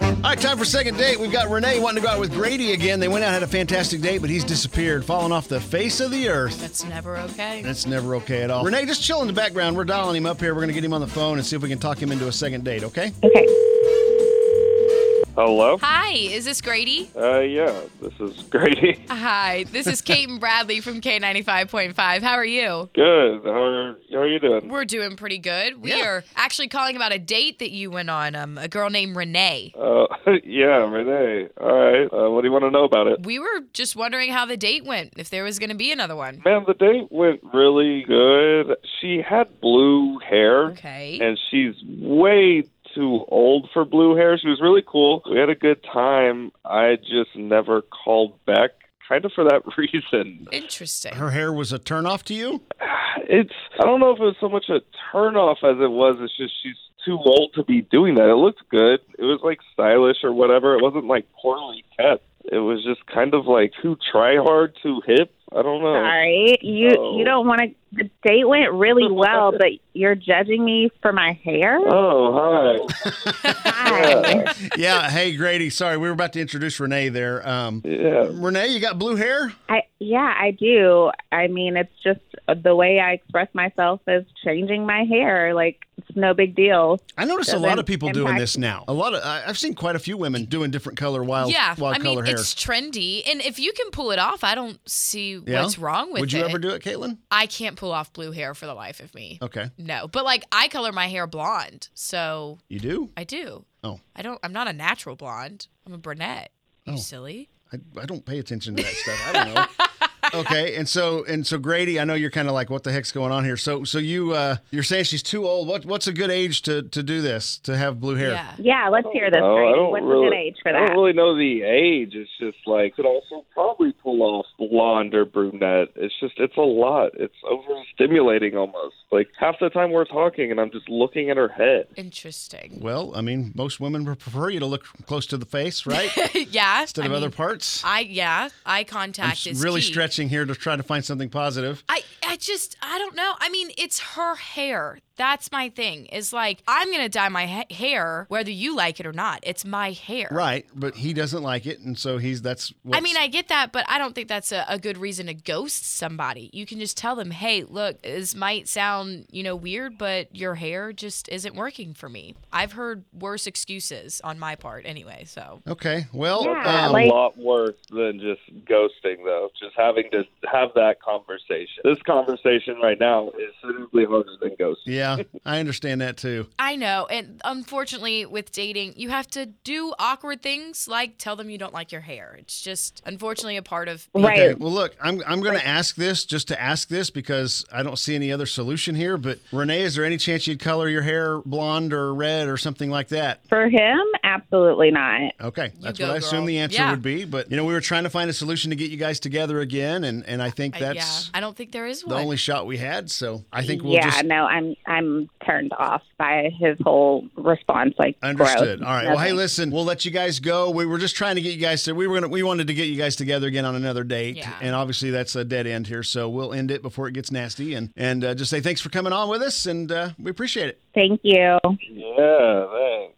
All right, time for second date. We've got Renee wanting to go out with Grady again. They went out, had a fantastic date, but he's disappeared, fallen off the face of the earth. That's never okay. That's never okay at all. Renee, just chill in the background. We're dialing him up here. We're going to get him on the phone and see if we can talk him into a second date, okay? Okay. Hello? Hi, is this Grady? Uh, yeah, this is Grady. Hi, this is Kate and Bradley from K95.5. How are you? Good. How are, how are you doing? We're doing pretty good. We Yeah. are actually calling about a date that you went on, um, a girl named Renee. Uh, yeah, Renee. All right. Uh, what do you want to know about it? We were just wondering how the date went, if there was going to be another one. Man, the date went really good. She had blue hair, Okay. and she's way too old for blue hair. She was really cool. We had a good time. I just never called back, kind of for that reason. Interesting. Her hair was a turnoff to you? it's I don't know if it was so much a turnoff as it was. It's just she's too old to be doing that. It looked good. It was like stylish or whatever. It wasn't like poorly kept. It was just kind of like too try hard, too hip. I don't know. Sorry. You Oh. you don't want to. The date went really well, but you're judging me for my hair. Oh hi. Hi. yeah. Hey, Grady. Sorry, we were about to introduce Renee there. Um, Yeah. Renee, you got blue hair? I yeah, I do. I mean, it's just uh, the way I express myself is changing my hair. Like it's no big deal. I notice a Doesn't lot of people doing impact- this now. A lot of I, I've seen quite a few women doing different color wild yeah, wild I color mean, hair. it's trendy. And if you can pull it off, I don't see Yeah? what's wrong with Would it. you ever do it, Caitlin? I can't pull off blue hair for the life of me. Okay, No, but like I color my hair blonde, so you do. I do. Oh. I don't. I'm not a natural blonde. I'm a brunette. You Oh. silly. I, I don't pay attention to that stuff. I don't know. Okay, and so and so Grady, I know you're kind of like, what the heck's going on here? So so you uh, you're saying she's too old. What what's a good age to to do this to have blue hair? Yeah. Yeah, let's hear this. No, Oh, I Grady. don't What's really, a good age for I that? don't really know the age. It's just like could also probably pull off blonde or brunette. It's just it's a lot. It's overstimulating almost. Like half the time we're talking and I'm just looking at her head. Interesting. Well, I mean, most women would prefer you to look close to the face, right, yeah. instead I of other mean, parts. I yeah. Eye I'm contact is really key. stretching here to try to find something positive. I, I just I don't know. I mean, it's her hair. That's my thing. Is like I'm gonna dye my ha- hair whether you like it or not. It's my hair. Right, but he doesn't like it, and so he's that's. What's, I mean, I get that, but I don't think that's a, a good reason to ghost somebody. You can just tell them, hey, look, this might sound, you know, weird, but your hair just isn't working for me. I've heard worse excuses on my part anyway, so. Okay, well, Yeah, um, a like- lot worse than just ghosting, though. Just having to have that conversation. This conversation right now is significantly harder than ghosting. yeah, I understand that too. I know. And unfortunately, with dating, you have to do awkward things like tell them you don't like your hair. It's just, unfortunately, a part of. being- Right. Okay, well, look, I'm I'm going to ask this just to ask this because I don't see any other solution here. But Renee, is there any chance you'd color your hair blonde or red or something like that? For him, absolutely not. Okay, that's go, what I assume girl. the answer Yeah. would be. But you know, we were trying to find a solution to get you guys together again, and and I think I- that's yeah. I don't think there is the one. only shot we had. So I think we'll yeah, just no, I'm I'm turned off by his whole response. Like Understood. gross. All right. Well, hey, Nothing. listen, we'll let you guys go. We were just trying to get you guys to. We were gonna. We wanted to get you guys together again on another date, Yeah. and obviously that's a dead end here. So we'll end it before it gets nasty, and and uh, just say thanks for coming on with us, and uh, we appreciate it. Thank you. Yeah, thanks.